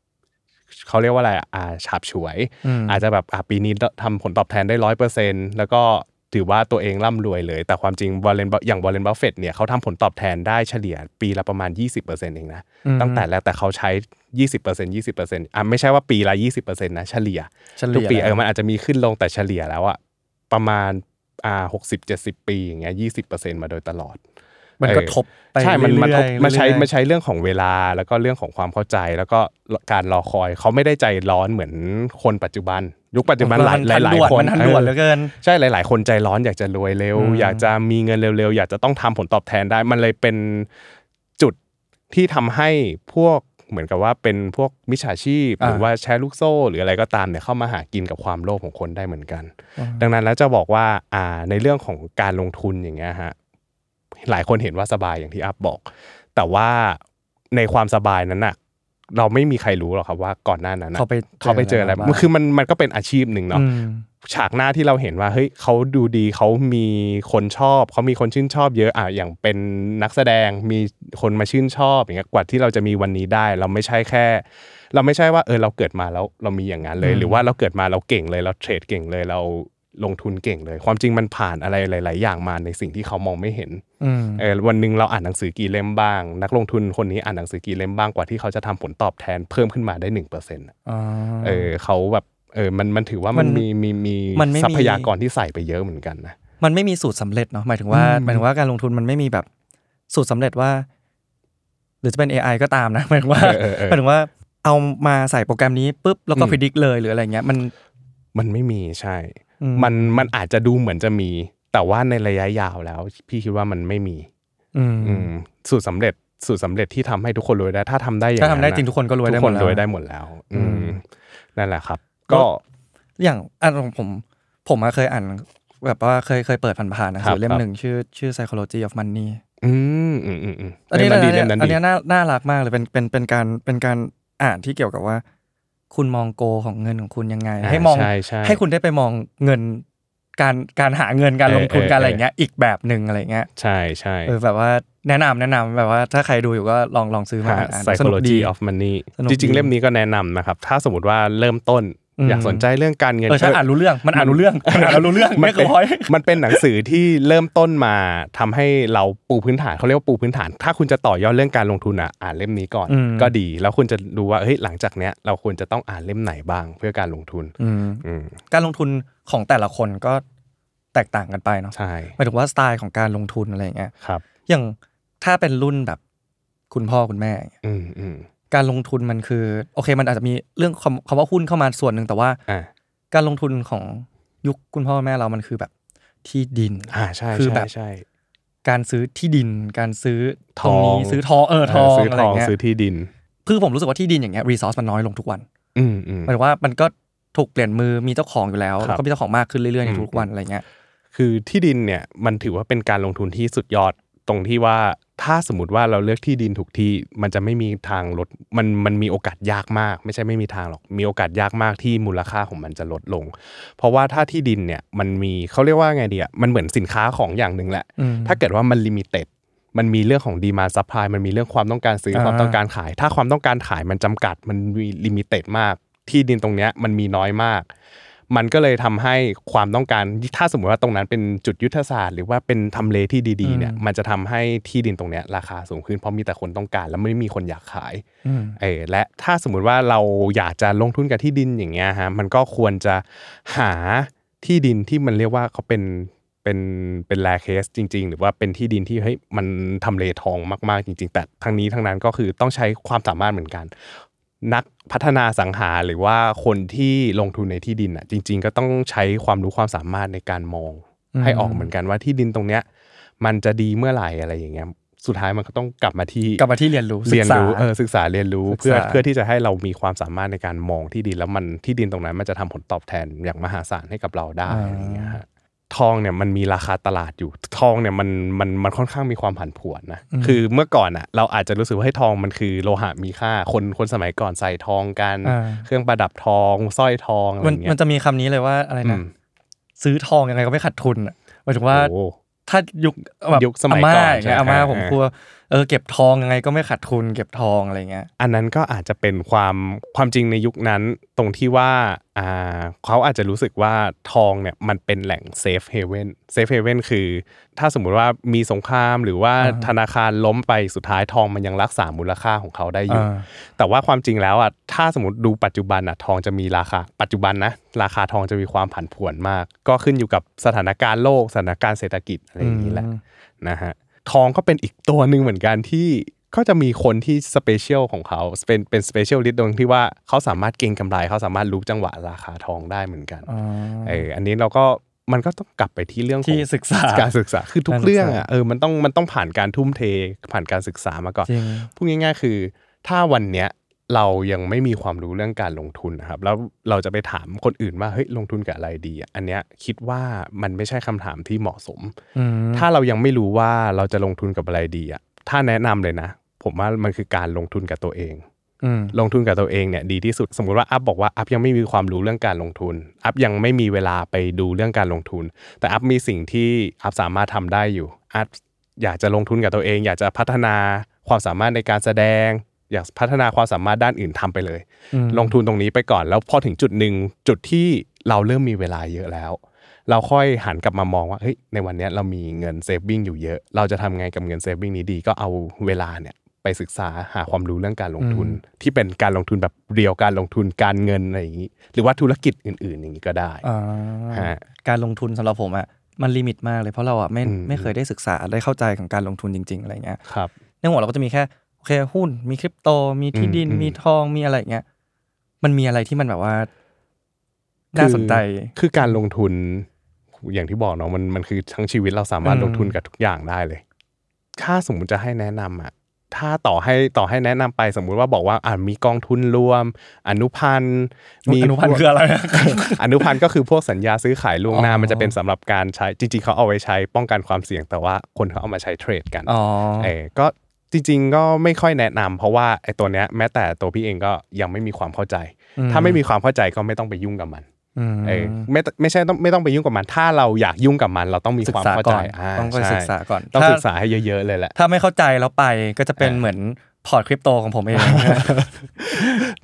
S3: เขาเรียกว่าอะไรอ่ะอ่าฉาบฉวย
S2: อืม
S3: อาจจะแบบอ่ะปีนี้ทำผลตอบแทนได้ร้อยเปอร์เซ็นแล้วก็ถือว่าตัวเองร่ำรวยเลย แต่ความจริงวอลเลนอย่างวอลเลนบัฟเฟตเนี่ยเขาทำผลตอบแทนได้เฉลี่ยปีละประมาณ 20%เองนะ
S2: อืม
S3: ตั้งแต่แรกแต่เขาใช้ 20% 20%อ่ะไม่ใช่ว่าปีละ 20%นะเฉลี่ย
S2: เฉลี่ย
S3: ทุกปีเอ
S2: แล้ว
S3: อมันอาจจะมีขึ้นลงแต่เฉลี่ยแล้วอะประมาณอ่าหกสิบเจ็ดสิบปีอย่างเงี้ยยี่สิบเปอร์เซ็นต์มาโดยตลอด
S2: มันก็
S3: เออ
S2: ทบไป
S3: ใช่มันมันทบ
S2: เรื่อยๆ
S3: มันใช้
S2: เรื่อยๆ
S3: มันใช้เรื่องของเวลาแล้วก็เรื่องของความเข้าใจแล้วก็การรอคอยเขาไม่ได้ใจร้อนเหมือนคนปัจจุบัน ยุคปัจจุบันหลายหลายหลาย
S2: ด่วน
S3: คน
S2: มันทันด่วนเหลือเกิน
S3: ใช่หลาย ๆ คนใจร้อนอยากจะรวยเร็ว
S2: อืม
S3: อยากจะมีเงินเร็วๆ อยากจะต้องทำผลตอบแทนได้ มันเลยเป็นจุดที่ทำให้พวกเหมือนกับว่าเป็นพวกมิจฉาชีพหรือว่าแชร์ลูกโซ่ หรืออะไรก็ตามเนี่ยเข้ามาหากินกับความโลภของคนได้เหมือนกัน ดังนั้นแล้วจะบอกว่าอ่าในเรื่องของการลงทุนอย่างเงี้ยฮะหลายคนเห็นว่าสบายอย่างที่อัพบอก แต่ว่าในความสบายนั้นน่ะเราไม่มีใครรู้หรอกครับว่าก่อนหน้านั้นน่ะ
S2: เขาไป
S3: เขาไปเจออะไร
S2: เจออะไรบ้าง
S3: คือมันมันก็เป็นอาชีพหนึ่งเนาะ
S2: อืม
S3: ฉากหน้าที่เราเห็นว่าเฮ้ยเขาดูดีเขามีคนชอบเขามีคนชื่นชอบเยอะอ่ะอย่างเป็นนักแสดงมีคนมาชื่นชอบอย่างเงี้ยกว่าที่เราจะมีวันนี้ได้ เราไม่ใช่แค่ เราไม่ใช่ว่าเออเราเกิดมาแล้วเรามีอย่างนั้นเลย
S2: อืม
S3: หรือว่าเราเกิดมาเราเก่งเลยเราเทรดเก่งเลยเราลงทุนเก่งเลย ความจริงมันผ่านอะไรหลาย ๆ อย่างมาในสิ่งที่เขามองไม่เห็น
S2: อืม
S3: เออวันหนึ่งเราอ่านหนังสือกี่เล่มบ้าง นักลงทุนคนนี้อ่านหนังสือกี่เล่มบ้างกว่าที่เขาจะทำผลตอบแทนเพิ่มขึ้นมาได้หนึ่งเปอร์เซ็นต์ เออเขาแบบเออมันมันถือว่ามัน
S2: มัน
S3: มีมีมี
S2: มันไม่มี
S3: ทรัพยากรที่ใส่ไปเยอะเหมือนกันนะ
S2: มันไม่มีสูตรสำเร็จเนาะหมายถึงว่า
S3: อืม
S2: หมายถึงว่าการลงทุนมันไม่มีแบบสูตรสำเร็จว่า หรือจะเป็น AI ก็ตามนะหมาย ถึงว่า
S3: เออเออเอ
S2: ห
S3: อ
S2: มายถึงว่าเอามาใส่โปรแกรมนี้ปุ๊บแล้วก็
S3: อืม
S2: พิจิกเลยหรืออะไรเงี้ยมัน
S3: มันไม่มีใช่
S2: อืม
S3: มันมันอาจจะดูเหมือนจะมี แต่ว่าในระยะยาวแล้ว พี่คิดว่ามันไม่มี
S2: อืม
S3: อืมสูตรสำเร็จสูตรสำเร็จที่ทำให้ทุกคนรวยได้ ถ้าทำได้อย่าง
S2: ถ้าทำได้
S3: ะ
S2: จริงทุกคนก็รวยได้
S3: ทุก
S2: หม
S3: ค
S2: ด
S3: น
S2: แล้
S3: ร
S2: ว
S3: วยได้หมดแล้ว อื
S2: อื
S3: ม
S2: ม
S3: นั่นแหละครับ ก็
S2: อย่างอันของผมผมอะเคยอ่านแบบว่าเคยเคยเปิดผ่านๆหนังสือเล่มหนึ่งชื่อชื่อ psychology of money
S3: อืมอืมอืมอืม
S2: อันนี้
S3: เล่มนั้นดี
S2: อันนี้
S3: เล่มนั้น
S2: อัน
S3: ดี
S2: นี้น่าน่ารักมากเลยเป็นเป็นเป็นการเป็นการอ่านที่เกี่ยวกับว่า คุณมองโกของเงินของคุณยังไง ให้มอง
S3: ช่ใช่
S2: ให้คุณได้ไปมองเงินการการหาเงินการลงทุน
S3: เออเออ
S2: การอะไรอย่างเงี้ยอีกแบบหนึ่งอะไรอย่างเงี้ย
S3: ใช่ใช่
S2: เออแบบว่าแนะนำแนะนำแบบว่าถ้าใครดูอยู่ก็ลองลองซื้อมา
S3: หา
S2: อ่านสนุกดี
S3: psychology of money
S2: สนุก
S3: จ
S2: ดี
S3: ริงๆ เล่มนี้ก็แนะนำนะครับ ถ้าสมมติว่าเริ่มต้น
S2: อืม
S3: อยากสนใจเรื่องการเงิน
S2: เออใช่อ่านรู้เรื่องมันอ่านรู้เรื่องมันอ่านแล้วรู้เรื่อง
S3: มั
S2: ไม่
S3: น
S2: ก
S3: เป็น
S2: ร้อย
S3: มันเป็นหนังสือที่เริ่มต้นมาทำให้เราปูพื้นฐานเขาเรียกว่าปูพื้นฐาน ถ้าคุณจะต่อยอดเรื่องการลงทุนอ่ะอ่านเล่มนี้ก่อน
S2: อืม
S3: ก็ดี แล้วคุณจะดูว่าเฮ้ยหลังจากเนี้ยเราควรจะต้องอ่านเล่มไหนบ้างเพื่อการลงทุน
S2: อืม
S3: อืม
S2: การลงทุนของแต่ละคนก็แตกต่างกันไปเนาะ
S3: ใช่
S2: หมายถึงว่าสไตล์ของการลงทุนอะไรอย่างเงี้ย
S3: ครับ
S2: อย่างถ้าเป็นรุ่นแบบคุณพ่อคุณแม่อย่างเงี้ย
S3: อืมอืม
S2: การลงทุนมันคือโอเคมันอาจจะมีเรื่องคำคำว่าหุ้นเข้ามาส่วนหนึ่งแต่ว่า
S3: อ่า
S2: การลงทุนของยุคคุณพ่อแม่เรามันคือแบบที่ดิน
S3: อ่าใช่
S2: คือ
S3: ใช่
S2: แบบ
S3: ใช่
S2: การซื้อที่ดิน การซื้อ
S3: ท
S2: ตร
S3: อง
S2: นี้ซื้อทองเออทอง
S3: ซื้อ
S2: อะ
S3: ท
S2: ไรอ
S3: อง
S2: ย่างเงี้ย
S3: ซื้อที่ดิน
S2: คือผมรู้สึกว่าที่ดินอย่างเงี้ยรีซอสมันน้อยลงทุกวัน
S3: อืมอื
S2: ห
S3: ม
S2: มายถึงว่ามันก็ถูกเปลี่ยนมือมีเจ้าของอยู่แล้ว
S3: ค
S2: แล้
S3: รับ
S2: วก็มีเจ้าของมากขึ้นเรื่อยๆ
S3: อื
S2: ใน
S3: ม
S2: ทุกวันอะไรเงี้ย
S3: คือที่ดินเนี่ยมันถือว่าเป็นการลงทุนที่สุดยอดตรงที่ว่าถ้าสมมติว่าเราเลือกที่ดินถูกที่มันจะไม่มีทางลดมันมันมีโอกาสยากมาก ไม่ใช่ไม่มีทางหรอกมีโอกาสยากมากที่มูลค่าของมันจะลดลง เพราะว่าถ้าที่ดินเนี่ยมันมีเขาเรียกว่าไงดีอ่ะมันเหมือนสินค้าของอย่างหนึ่งแหละ
S2: อืม
S3: ถ้าเกิดว่ามันลิมิเต็ดมันมีเรื่องของดีมาซัพพลายมันมีเรื่องความต้องการซื้อ
S2: อ่า
S3: ความต้องการขาย ถ้าความต้องการขายมันจำกัดมันมีลิมิเต็ดมาก ที่ดินตรงเนี้ยมันมีน้อยมาก มันก็เลยทำให้ความต้องการถ้าสมมติว่าตรงนั้นเป็นจุดยุทธศาสตร์หรือว่าเป็นทำเลที่ดีๆเนี่ย
S2: อืม
S3: มันจะทำให้ที่ดินตรงเนี้ยราคาสูงขึ้นเพราะมีแต่คนต้องการ แล้วไม่มีคนอยากขาย
S2: อืม
S3: เออและถ้าสมมุติว่าเราอยากจะลงทุนกับที่ดินอย่างเงี้ยฮะมันก็ควรจะหาที่ดินที่มันเรียกว่าเขาเป็นเป็นเป็นแลเคสจริง ๆ หรือว่าเป็นที่ดินที่เฮ้ยมันทำเลทองมากๆจริง ๆ แต่ทั้งนี้ทั้งนั้นก็คือต้องใช้ความสามารถเหมือนกัน นักพัฒนาสังหาหรือว่าคนที่ลงทุนในที่ดินอ่ะจริง ๆ ก็ต้องใช้ความรู้ความสามารถในการมอง
S2: อืม
S3: ให้ออกเหมือนกันว่าที่ดินตรงเนี้ยมันจะดีเมื่อไหร่อะไรอย่างเงี้ยสุดท้ายมันก็ต้องกลับมาที่
S2: กลับมาที่เรียนรู้ศึ
S3: เรีย
S2: ก
S3: น
S2: ษา
S3: รู้เออศึกษาเรียนรู้
S2: ศึกษา
S3: เพื่อเพื่อที่จะให้เรามีความสามารถในการมองที่ดินแล้วมันที่ดินตรงนั้นมันจะทำผลตอบแทนอย่างมหาศาลให้กับเราได้อะไรอย่างเงี้ยฮะทองเนี่ยมันมีราคาตลาดอยู่ ทองเนี่ยมันมันมันค่อนข้างมีความผันผวนนะคือเมื่อก่อนอ่ะเราอาจจะรู้สึกว่าให้ยทองมันคือโลหะมีค่าคนคนสมัยก่อนใส่ทองกัน
S2: อ่า
S3: เครื่องประดับทองสร้อยทองอะไร
S2: มัน
S3: อย่างเงี้
S2: มัน
S3: ย
S2: จะมีคำนี้เลยว่าอะไร
S3: อื
S2: นะ
S3: ม
S2: ซื้อทองยังไงก็ไม่ขาดทุนอะหมายถึงว่า
S3: โอ้
S2: ถ้ายุคแบบ
S3: ยุคสมัยก่อน
S2: อาาย่างเงี้ย
S3: ใช่
S2: อาม่า
S3: อ่า
S2: ผม
S3: อ่า
S2: กลัวเออเก็บทองยังไงก็ไม่ขาดทุนเก็บทองอะไรเงี้ย
S3: อันนั้นก็อาจจะเป็นความความจริงในยุคนั้นตรงที่ว่าอ่าเขาอาจจะรู้สึกว่าทองเนี่ยมันเป็นแหล่งเซฟเฮเว่นเซฟเฮเว่นคือถ้าสมมุติว่ามีสงครามหรือว่า
S2: อ่า
S3: ธนาคารล้มไปสุดท้ายทองมันยังรักษามูลค่าของเขาได้อยู่
S2: อ่า
S3: แต่ว่าความจริงแล้วอ่ะถ้าสมมติดูปัจจุบันอ่ะทองจะมีราคา ปัจจุบันนะราคาทองจะมีความผันผวนมาก ก็ขึ้นอยู่กับสถานการณ์โลกสถานการณ์เศรษฐกิจอะไรอย่างนี้แหละ
S2: อืม
S3: นะฮะทองก็เป็นอีกตัวหนึ่งเหมือนกันที่ก็จะมีคนที่สเปเชียลของเขาเป็นเป็นสเปเชียลลิสต์ตรงที่ว่าเขาสามารถเก็งกำไร เขาสามารถรู้จังหวะราคาทองได้เหมือนกัน
S2: อ๋อ
S3: เอออันนี้เราก็มันก็ต้องกลับไปที่เรื่องของ
S2: ที่ศึกษา
S3: การศึกษาคือทุก
S2: การศึกษา
S3: เรื่องอ่ะเออมันต้องมันต้องผ่านการทุ่มเทผ่านการศึกษามาก่อน
S2: จริง
S3: พูดง่ายๆคือ ถ้าวันเนี้ยเรายังไม่มีความรู้เรื่องการลงทุนนะครับ แล้วเราจะไปถามคนอื่นว่าเฮ้ยลงทุนกับอะไรดีอ่ะอันเนี้ยคิดว่ามันไม่ใช่คำถามที่เหมาะสม
S2: อืม
S3: ถ้าเรายังไม่รู้ว่าเราจะลงทุนกับอะไรดีอ่ะ ถ้าแนะนำเลยนะ ผมว่ามันคือการลงทุนกับตัวเอง
S2: อืม
S3: ลงทุนกับตัวเองเนี่ยดีที่สุด สมมุติว่าอัพบอกว่าอัพยังไม่มีความรู้เรื่องการลงทุน อัพยังไม่มีเวลาไปดูเรื่องการลงทุน แต่อัพมีสิ่งที่อัพสามารถทำได้อยู่ อัพอยากจะลงทุนกับตัวเอง อยากจะพัฒนาความสามารถในการแสดง อยากพัฒนาความสามารถด้านอื่นทำไปเลย
S2: อืม
S3: ลงทุนตรงนี้ไปก่อนแล้วพอถึงจุดหนึ่งจุดที่เราเริ่มมีเวลาเยอะแล้ว เราค่อยหันกลับมามองว่าเฮ้ยในวันเนี้ยเรามีเงินเซฟวิ่งอยู่เยอะ เราจะทำไงกับเงินเซฟวิ่งนี้ดีก็เอาเวลาเนี่ยไปศึกษาหาความรู้เรื่องการลงทุน ที่เป็นการลงทุนแบบเรียวการลงทุนการเงินอะไรอย่างนี้ หรือว่าธุรกิจอื่น ๆ อย่างนี้ก็ได้
S2: อ่า
S3: ฮะ
S2: การลงทุนสำหรับผมอ่ะมันลิมิตมากเลยเพราะเราอ่ะไม่
S3: อืม
S2: ไม่เคยได้ศึกษาได้เข้าใจของการลงทุนจริง ๆ อะไรเงี้ย
S3: ครับ
S2: ในหัวเราก็จะมีแค่โอเคหุ้นมีคริปโตมีที่ดิน
S3: อืม
S2: มีทองมีอะไรอย่างเงี้ยมันมีอะไรที่มันแบบว่า น่าสนใจ
S3: คือคือการลงทุนอย่างที่บอกเนาะมันมันคือทั้งชีวิตเราสามารถ
S2: อืม
S3: ลงทุนกับทุกอย่างได้เลย ถ้าสมมุติจะให้แนะนำอะถ้าต่อให้ต่อให้แนะนำไปสมมุติว่าบอกว่าอ่ามีกองทุนรวม อนุพันธ์มี
S2: อนุพัน
S3: พ
S2: ธ์
S3: วก
S2: คืออะไร
S3: อนุพันธ์ก็คือพวกสัญญาซื้อขายล่วงหน้า
S2: อ๋อ
S3: มันจะเป็นสำหรับการใช้จริงๆเขาเอาไว้ใช้ป้องกันความเสี่ยงแต่ว่าคนเขาเอามาใช้เทรดกัน
S2: อ๋อ
S3: เออก็จริง ๆ ก็ไม่ค่อยแนะนำเพราะว่าไอ้ตัวเนี้ยแม้แต่ตัวพี่เองก็ยังไม่มีความเข้าใจ
S2: อืม
S3: ถ้าไม่มีความเข้าใจก็ไม่ต้องไปยุ่งกับมัน
S2: ม
S3: เออไม่ตไม่ใช่ต้องไม่ต้องไปยุ่งกับมัน ถ้าเราอยากยุ่งกับมัน เราต้องมี
S2: ศึ
S3: ค
S2: ก
S3: วาม
S2: ษา
S3: เข้า
S2: ก่
S3: ใจ
S2: อน
S3: อ่า
S2: ต้องไป
S3: ใช่
S2: ศึกษาก่อน
S3: ต้อง
S2: ถ้า
S3: ศึกษาให้เยอะๆเลยแหละ
S2: ถ้าไม่เข้าใจแล้วไปก็จะเป็น
S3: เออ
S2: เหมือนพอร์ตคริปโตของผมเอง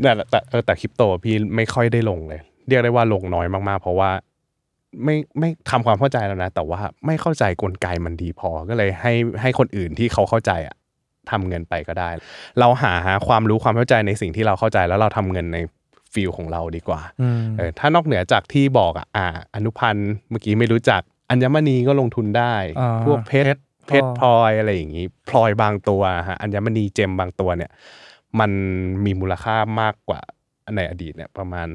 S3: แต่แต่เออแต่คริปโตพี่ไม่ค่อยได้ลงเลย เรียกได้ว่าลงน้อยมากๆ เพราะว่าไม่ไม่ทำความเข้าใจแล้วนะ แต่ว่าไม่เข้าใจกลไกมันดีพอก็เลยให้ให้คนอื่นที่เขาเข้าใจอะทำเงินไปก็ได้ เราหาความรู้ความเข้าใจในสิ่งที่เราเข้าใจแล้วเราทำเงินในฟิลของเราดีกว่า
S2: อืม
S3: เออถ้านอกเหนือจากที่บอกอ่ะอ่า อนุพันธ์เมื่อกี้ไม่รู้จักอัญมณีก็ลงทุนได้
S2: อ่า
S3: พวกเพชร
S2: เพ
S3: เพ
S2: ช
S3: ช
S2: ร
S3: ร
S2: พ
S3: พ
S2: ล
S3: ล
S2: อ
S3: อย ยอะไรอย่างนี้พลอยบางตัวฮะอัญมณีเจมบางตัวเนี่ย มันมีมูลค่ามากกว่าในอดีตเนี่ยประมาณ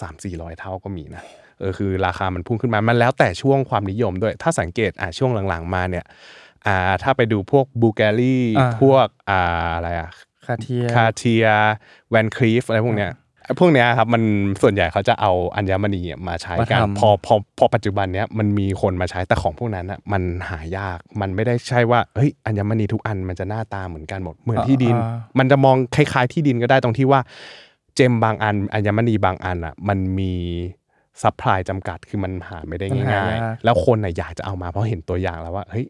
S3: 3 4 0 0 เท่าก็มีนะเออคือราคามันพุ่งขึ้นมา มันแล้วแต่ช่วงความนิยมด้วย ถ้าสังเกตอ่าช่วงหลังๆมาเนี่ยอ่าถ้าไปดูพวกบูแกลี่
S2: อ่า
S3: พวกอ่าอะไรอ่ะ
S2: คาเทีย
S3: คาเทียแวนคลีฟอะไรพวกเนี้ยพวกเนี้ยครับมันส่วนใหญ่เขาจะเอาอัญมณีอะมาใช้กัน
S2: มาทำ
S3: พอพอพอปัจจุบันเนี้ยมันมีคนมาใช้แต่ของพวกนั้นอ่ะมันหายากมันไม่ได้ใช่ว่าเฮ้ยอัญมณีทุกอันมันจะหน้าตาเหมือนกันหมดเหมือนที่ดิน มันจะมองคล้ายๆที่ดินก็ได้ตรงที่ว่า เจมบางอันอัญมณีบางอันอ่ะมันมีซัพพลายจำกัดคือมันหาไม่ได้
S2: มันหา
S3: ง่าย
S2: ยาก
S3: ๆ แล้วคนน่ะอยากจะเอามาเพราะเห็นตัวอย่างแล้วว่าเฮ้ย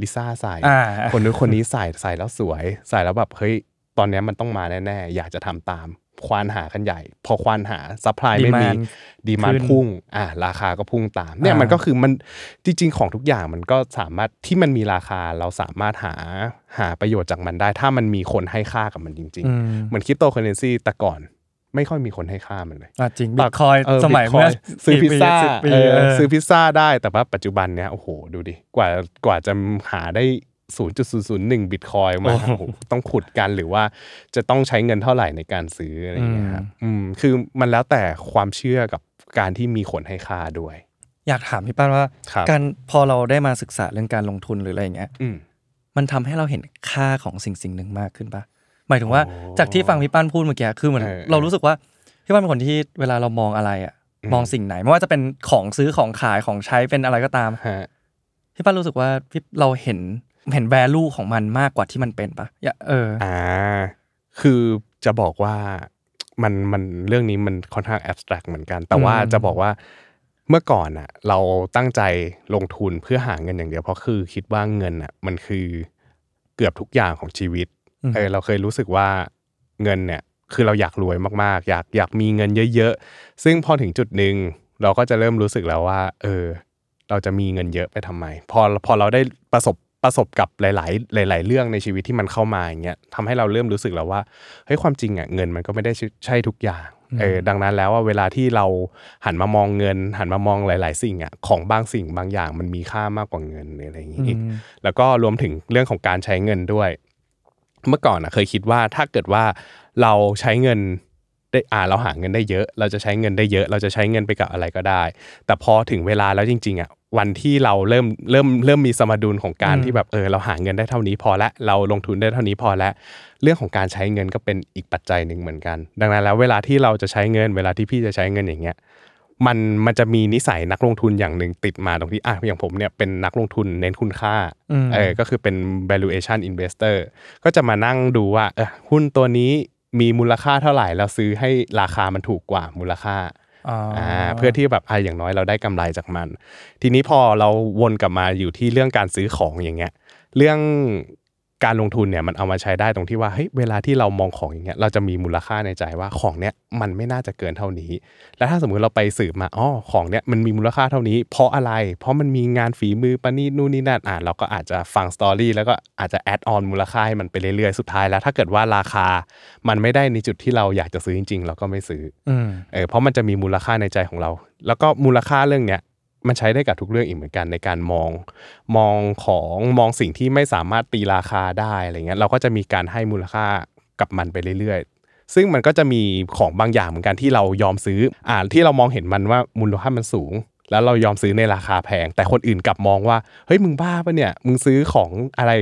S3: ลิซ่าใส่
S2: อ่า
S3: คนนู้นคนนี้ใส่ใส่แล้วสวย ใส่แล้วแบบเฮ้ยตอนเนี้ยมันต้องมาแน่ๆ อยากจะทำตาม ควานหากันใหญ่ พอควานหาซัพพลายไม่มี
S2: Demand
S3: ดีมาน
S2: ขึ้น
S3: พุ่งอ่าราคาก็พุ่งตามเนี่ย
S2: อ่ามั
S3: มันก็คือมันจริง ๆ ของทุกอย่างมันก็สามารถที่มันมีราคาเราสามารถหาหาประโยชน์จากมันได้ ถ้ามันมีคนให้ค่ากับมันจริง
S2: อืม
S3: ๆเหมือนคริปโตเคอเรนซีแต่ก่อนไม่ค่อยมีคนให้ค่ามันเลย
S2: อ่ะจริงบิตคอย
S3: เออ
S2: สมัย
S3: Bitcoin
S2: เมื่อ
S3: ซื้อพิซซ่า
S2: สิบปี
S3: เออ
S2: เ
S3: ซื้อพิซซ่าได้แต่ว่าปัจจุบันเนี้ยโอ้โหดูดิกว่ากว่าจะหาได้ 0.001 บิตคอยน์มา
S2: โอ้
S3: โอ้โหต้องขุดกันหรือว่าจะต้องใช้เงินเท่าไหร่ในการซื้ออะไรอย่างเงี้ยครับอืมคือมันแล้วแต่ความเชื่อกับการที่มีคนให้ค่าด้วย
S2: อยากถามพี่ป้านว่า
S3: ครับ
S2: การพอเราได้มาศึกษาเรื่องการลงทุนหรืออะไรอย่างเงี้ย
S3: อืม
S2: มันทำให้เราเห็นค่าของสิ่งสิ่งหนึ่งมากขึ้นปะหมายถึงว่า
S3: โอ้
S2: จากที่ฟังพี่ป้านพูดเมื่อกี้คือเหมือน
S3: เออ
S2: เรารู้สึกว่าพี่ป้านเป็นคนที่เวลาเรามองอะไรอะ
S3: อืม
S2: มองสิ่งไหนไม่ว่าจะเป็นของซื้อของขายของใช้เป็นอะไรก็ตาม
S3: ฮะ
S2: พี่ป้านรู้สึกว่าพี่เราเห็นเห็นแวลูของมันมากกว่าที่มันเป็นปะอย่าเออ
S3: อ่า คือจะบอกว่ามันมันเรื่องนี้มันค่อนข้างแอบสแตรกเหมือนกัน แต่ว่า
S2: อืม
S3: จะบอกว่าเมื่อก่อนน่ะ เราตั้งใจลงทุนเพื่อหาเงินอย่างเดียว เพราะคือคิดว่าเงินน่ะมันคือเกือบทุกอย่างของชีวิต
S2: อืม
S3: เออเราเคยรู้สึกว่าเงินเนี่ยคือเราอยากรวยมากๆ อยากอยากมีเงินเยอะๆ ซึ่งพอถึงจุดหนึ่งเราก็จะเริ่มรู้สึกแล้วว่า เออ เราจะมีเงินเยอะไปทำไม พอพอเราได้ประสบประสบกับหลาย ๆ หลาย ๆ เรื่องในชีวิตที่มันเข้ามาอย่างเงี้ยทำให้เราเริ่มรู้สึกแล้วว่าเฮ้ยความจริงอ่ะเงินมันก็ไม่ได้ใช่ใช่ทุกอย่างเออดังนั้นแล้วว่าเวลาที่เราหันมามองเงิน หันมามองหลาย ๆ สิ่งอ่ะของบางสิ่งบางอย่างมันมีค่ามากกว่าเงินหรืออะไรอย่างงี้อีก
S2: อืม
S3: แล้วก็รวมถึงเรื่องของการใช้เงินด้วย เมื่อก่อนนะเคยคิดว่าถ้าเกิดว่าเราใช้เงินได้อ่าเราหาเงินได้เยอะ เราจะใช้เงินได้เยอะ เราจะใช้เงินไปกับอะไรก็ได้ แต่พอถึงเวลาแล้วจริงๆอ่ะวันที่เราเริ่มเริ่มเริ่มมีสมดุลของการ
S2: อืม
S3: ที่แบบเออเราหาเงินได้เท่านี้พอละเราลงทุนได้เท่านี้พอละเรื่องของการใช้เงินก็เป็นอีกปัจจัยหนึ่งเหมือนกัน ดังนั้นแล้วเวลาที่เราจะใช้เงิน เวลาที่พี่จะใช้เงินอย่างเงี้ย มันมันจะมีนิสัยนักลงทุนอย่างหนึ่งติดมาตรงที่อ่ะอย่างผมเนี่ยเป็นนักลงทุนเน้นคุณค่า
S2: อืม
S3: เออก็คือเป็น valuation investor ก็จะมานั่งดูว่าเออหุ้นตัวนี้มีมูลค่าเท่าไหร่เราซื้อให้ราคามันถูกกว่ามูลค่า
S2: อ่า
S3: อ่าเพื่อที่แบบอ่ะอย่างน้อยเราได้กำไรจากมัน ทีนี้พอเราวนกลับมาอยู่ที่เรื่องการซื้อของอย่างเงี้ย เรื่องการลงทุนเนี่ยมันเอามาใช้ได้ตรงที่ว่าเฮ้ยเวลาที่เรามองของอย่างเงี้ยเราจะมีมูลค่าในใจว่าของเนี้ยมันไม่น่าจะเกินเท่านี้ แล้วถ้าสมมติเราไปสืบมาอ๋อของเนี้ยมันมีมูลค่าเท่านี้ เพราะอะไร เพราะมันมีงานฝีมือประณีตนู่นนี่นั่นอ่ะเราก็อาจจะฟังสตอรี่แล้วก็อาจจะแอดออนมูลค่าให้มันไปเรื่อยๆสุดท้ายแล้ว ถ้าเกิดว่าราคามันไม่ได้ในจุดที่เราอยากจะซื้อจริง ๆ เราก็ไม่ซื้อ
S2: อืม
S3: เออเพราะมันจะมีมูลค่าในใจของเรา แล้วก็มูลค่าเรื่องเนี้ยมันใช้ได้กับทุกเรื่องอีกเหมือนกันในการมอง มองของมองสิ่งที่ไม่สามารถตีราคาได้อะไรเงี้ยเราก็จะมีการให้มูลค่ากับมันไปเรื่อย ซึ่งมันก็จะมีของบางอย่างเหมือนกันที่เรายอมซื้ออ่าที่เรามองเห็นมันว่ามูลค่ามันสูง แล้วเรายอมซื้อในราคาแพง แต่คนอื่นกลับมองว่าเฮ้ยมึงบ้าปะเนี่ย มึงซื้อของอะไร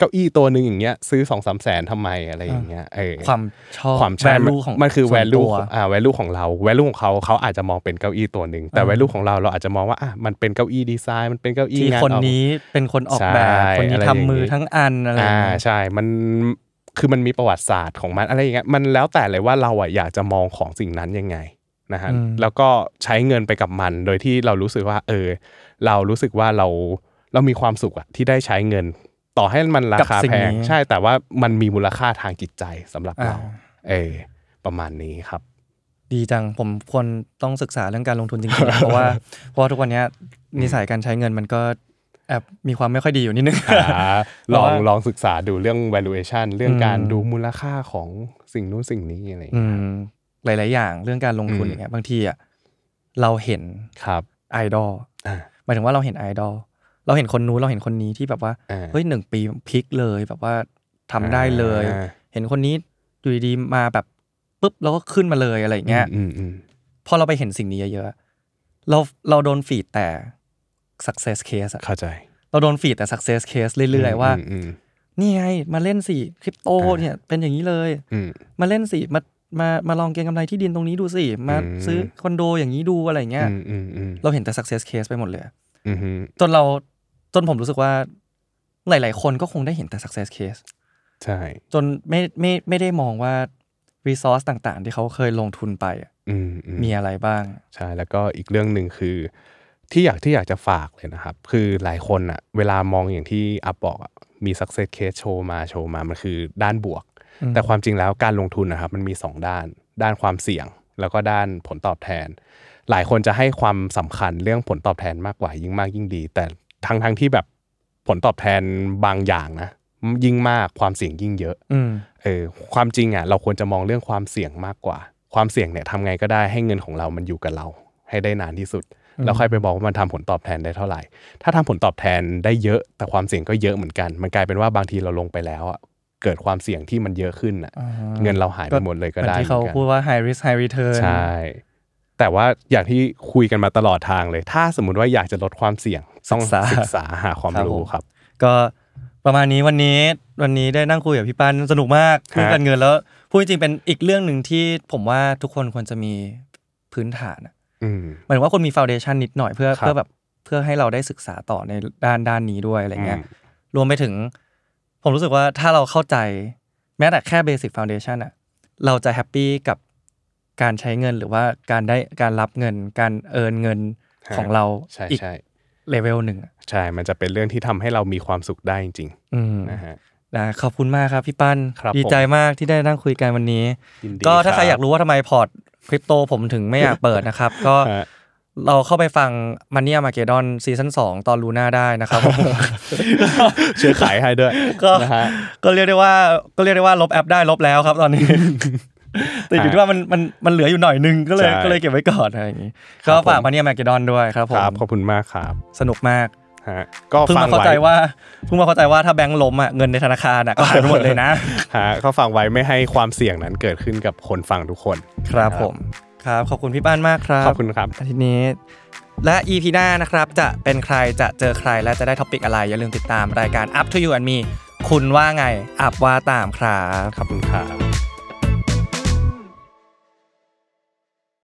S3: เก้าอี้ตัวหนึ่งอย่างเงี้ยซื้อสองสามแสนทำไมอะไรอย่างเงี้ยเออ
S2: ความชอบ
S3: ความใช่
S2: value ของ
S3: มันคือ
S2: ส่วน
S3: value
S2: ตัว
S3: อ่า value ของเรา value ของเขาเขาอาจจะมองเป็นเก้าอี้ตัวหนึ่งแต่
S2: อ่า
S3: value ของเราเราอาจจะมองว่าอ่ะมันเป็นเก้าอี้ดีไซน์มันเป็นเก้าอี้
S2: ที่
S3: งาน
S2: คน
S3: ออก
S2: นี้เป็นคนออกแบบ
S3: ใช่
S2: คนนี้
S3: อะไรอ
S2: ทำ
S3: ย่าง
S2: มือ
S3: นี้
S2: ทั้งอันอะไรอย่าง
S3: อ่า
S2: เงี้ย
S3: ใช่มันคือมันมีประวัติศาสตร์ของมันอะไรอย่างเงี้ยมันแล้วแต่เลยว่าเราอ่ะอยากจะมองของสิ่งนั้นยังไงนะฮะ
S2: อืม
S3: แล้วก็ใช้เงินไปกับมันโดยที่เรารู้สึกว่า เออ เรารู้สึกว่าเราเรามีความสุขอะที่ได้ใช้เงิน ต่อให้มันราคาแพงใช่แต่ว่ามันมีมูลค่าทางจิตใจสำหรับ
S2: อ่า
S3: เรา เออ ประมาณนี้ครับ
S2: ดีจังผมควรต้องศึกษาเรื่องการลงทุนจริงๆ นะเพราะว่าเพราะว่าทุกวันเนี้ยนิสัยการใช้เงินมันก็แอบมีความไม่ค่อยดีอยู่นิดนึง
S3: อ่า
S2: เพ
S3: ลอง
S2: ราะว่า
S3: ลองศึกษาดูเรื่อง valuation เรื่องการ
S2: อืม
S3: ดูมูลค่าของสิ่งนู้นสิ่งนี้อะไรอย่าง
S2: อื
S3: เงี้ย
S2: มหลาย ๆ อย่างเรื่องการลงทุนอย่างเงี้ยบางทีอ่ะเราเห็น
S3: ครับ
S2: ไอดอล
S3: อ่า
S2: หมายถึงว่าเราเห็นไอดอลเราเห็นคนนู้นเราเห็นคนนี้ที่แบบว่า
S3: อ่า
S2: เฮ้ยหนึ่งปีพลิกเลยแบบว่าทำได้เลย
S3: อ่า
S2: เห็นคนนี้อยู่ดีๆมาแบบปุ๊บแล้วก็ขึ้นมาเลยอะไรอย่างเงี้ย
S3: อืมอืม
S2: พอเราไปเห็นสิ่งนี้เยอะๆ เราเราโดนฟีดแต่ success case
S3: อืม
S2: อะ
S3: เข้าใจ
S2: เราโดนฟีดแต่ success case เรื่อยๆ ว่า
S3: อืม
S2: นี่ไง มาเล่นสิคริปโต
S3: อ่า
S2: เนี่ยเป็นอย่างนี้เลย
S3: อืม
S2: มาเล่นสิ มามามาลองเก็งกำไรที่ดินตรงนี้ดูสิ มา
S3: อืม
S2: ซื้อคอนโดอย่างนี้ดูอะไรเงี้ย
S3: อืมอืมอืม
S2: เราเห็นแต่ success case ไปหมดเลย
S3: อืมอืม
S2: จนเราจนผมรู้สึกว่า หลายๆ คนก็คงได้เห็นแต่ success case
S3: ใช่
S2: จนไม่ไม่ไม่ได้มองว่า resource ต่างๆ ที่เขาเคยลงทุนไปอะ
S3: อืมอืม
S2: มีอะไรบ้าง
S3: ใช่แล้วก็อีกเรื่องหนึ่งคือ ที่อยากที่อยากจะฝากเลยนะครับ คือหลายคนอะเวลามองอย่างที่อัพบอกอะมี success case โชว์มาโชว์มามันคือด้านบวก
S2: อืม
S3: แต่ความจริงแล้วการลงทุนนะครับมันมี 2 ด้าน ด้านความเสี่ยง แล้วก็ด้านผลตอบแทน หลายคนจะให้ความสำคัญเรื่องผลตอบแทนมากกว่ายิ่งมากยิ่งดี แต่ทั้งทั้งที่แบบผลตอบแทนบางอย่างนะยิ่งมากความเสี่ยงยิ่งเยอะ
S2: อืม
S3: เออความจริงอ่ะเราควรจะมองเรื่องความเสี่ยงมากกว่า ความเสี่ยงเนี่ยทำไงก็ได้ให้เงินของเรามันอยู่กับเรา ให้ได้นานที่สุด แล้วค่อยไปบอกว่ามันทำผลตอบแทนได้เท่าไหร่ ถ้าทำผลตอบแทนได้เยอะ แต่ความเสี่ยงก็เยอะเหมือนกัน มันกลายเป็นว่าบางทีเราลงไปแล้วอะเกิดความเสี่ยงที่มันเยอะขึ้นอ่ะ
S2: อ่า
S3: เงินเราหายไปหมดเลยก็ได้
S2: หมือนที่เขา
S3: หมือนกัน
S2: พูดว่า high risk high return
S3: ใช่ แต่ว่าอย่างที่คุยกันมาตลอดทางเลย ถ้าสมมติว่าอยากจะลดความเสี่ยงต้อง
S2: ศึกษา
S3: ศึกษาหาความ
S2: ครับ
S3: รู้
S2: ผม
S3: ครับ
S2: ก็ประมาณนี้วันนี้วันนี้ได้นั่งคุยกับพี่ปันสนุกมาก
S3: ฮะ
S2: เรื่องการเงินแล้วพูดจริงๆเป็นอีกเรื่องหนึ่งที่ผมว่าทุกคนควรจะมีพื้นฐานอะ
S3: อืม
S2: หมายถึงว่าคนมี foundation นิดหน่อยเพื่อ
S3: ครับ
S2: เพื่อแบบเพื่อให้เราได้ศึกษาต่อในด้านด้านนี้ด้วยอะไรเงี้ย
S3: อืม
S2: รวมไปถึง ผมรู้สึกว่าถ้าเราเข้าใจ แม้แต่แค่ basic foundation อะเราจะแฮปปี้กับการใช้เงินหรือว่าการได้การรับเงิน การเอินเงินของเรา
S3: ใช่
S2: อีก
S3: ใช่
S2: เลเวลหนึ่งอะ
S3: ใช่ มันจะเป็นเรื่องที่ทำให้เรามีความสุขได้จริง
S2: อืม
S3: ๆนะฮะ
S2: นะขอบคุณมากครับพี่ปั้น
S3: ครับ
S2: ดีใจมากที่ได้นั่งคุยกันวันนี้
S3: ยินดี
S2: ก็ถ้าใคร
S3: ครับ
S2: อยากรู้ว่าทำไมพอร์ตคริปโตผมถึงไม่อยาก เปิดนะครับ ก็
S3: ฮะ
S2: เราเข้าไปฟังมันเนียมาเกดอนซีซั่น2ตอนลูน่าได้ นะครับผม
S3: เชื่อข ายให้ด้วย
S2: ก็
S3: นะฮะ
S2: ก็เรียกได้ว่าก็เรียกได้ว่าลบแอปได้ลบแล้วครับตอนนี้ แต่อยู่ที่ว่ามันมันมันเหลืออยู่หน่อยนึงก็เลย
S3: ใช่
S2: ก็เลยเก็บไว้ก่อนอะไรอย่างนี้
S3: ครั
S2: ก็
S3: บผม
S2: ฝากมันเนียมาเกดอนด้วยครับผ
S3: ครับ
S2: ม
S3: ขอบคุณมากครับ
S2: สนุกมาก
S3: ฮะก็
S2: เพิ่ง
S3: ฟัง
S2: มาเข้า
S3: ไว้
S2: ใจว่าเพิ่งมาเข้าใจว่าถ้าแบงค์ล้มอ่ะเงินในธนาคารอ่ะก็หายไปหมดเลยนะ
S3: ฮะก็ฟังไว้ไม่ให้ความเสี่ยงนั้นเกิดขึ้นกับคนฟังทุก คน
S2: ครับผมครับขอบคุณพี่ป้านมากครับ
S3: ขอบคุณครับ
S2: อาทิตย์นี้ และ EP หน้านะครับจะเป็นใครจะเจอใครและจะได้ท็อปิกอะไร อย่าลืมติดตามรายการ Up to You and Me คุณว่าไง อัพว่าตามครับ
S3: ขอบคุณครับ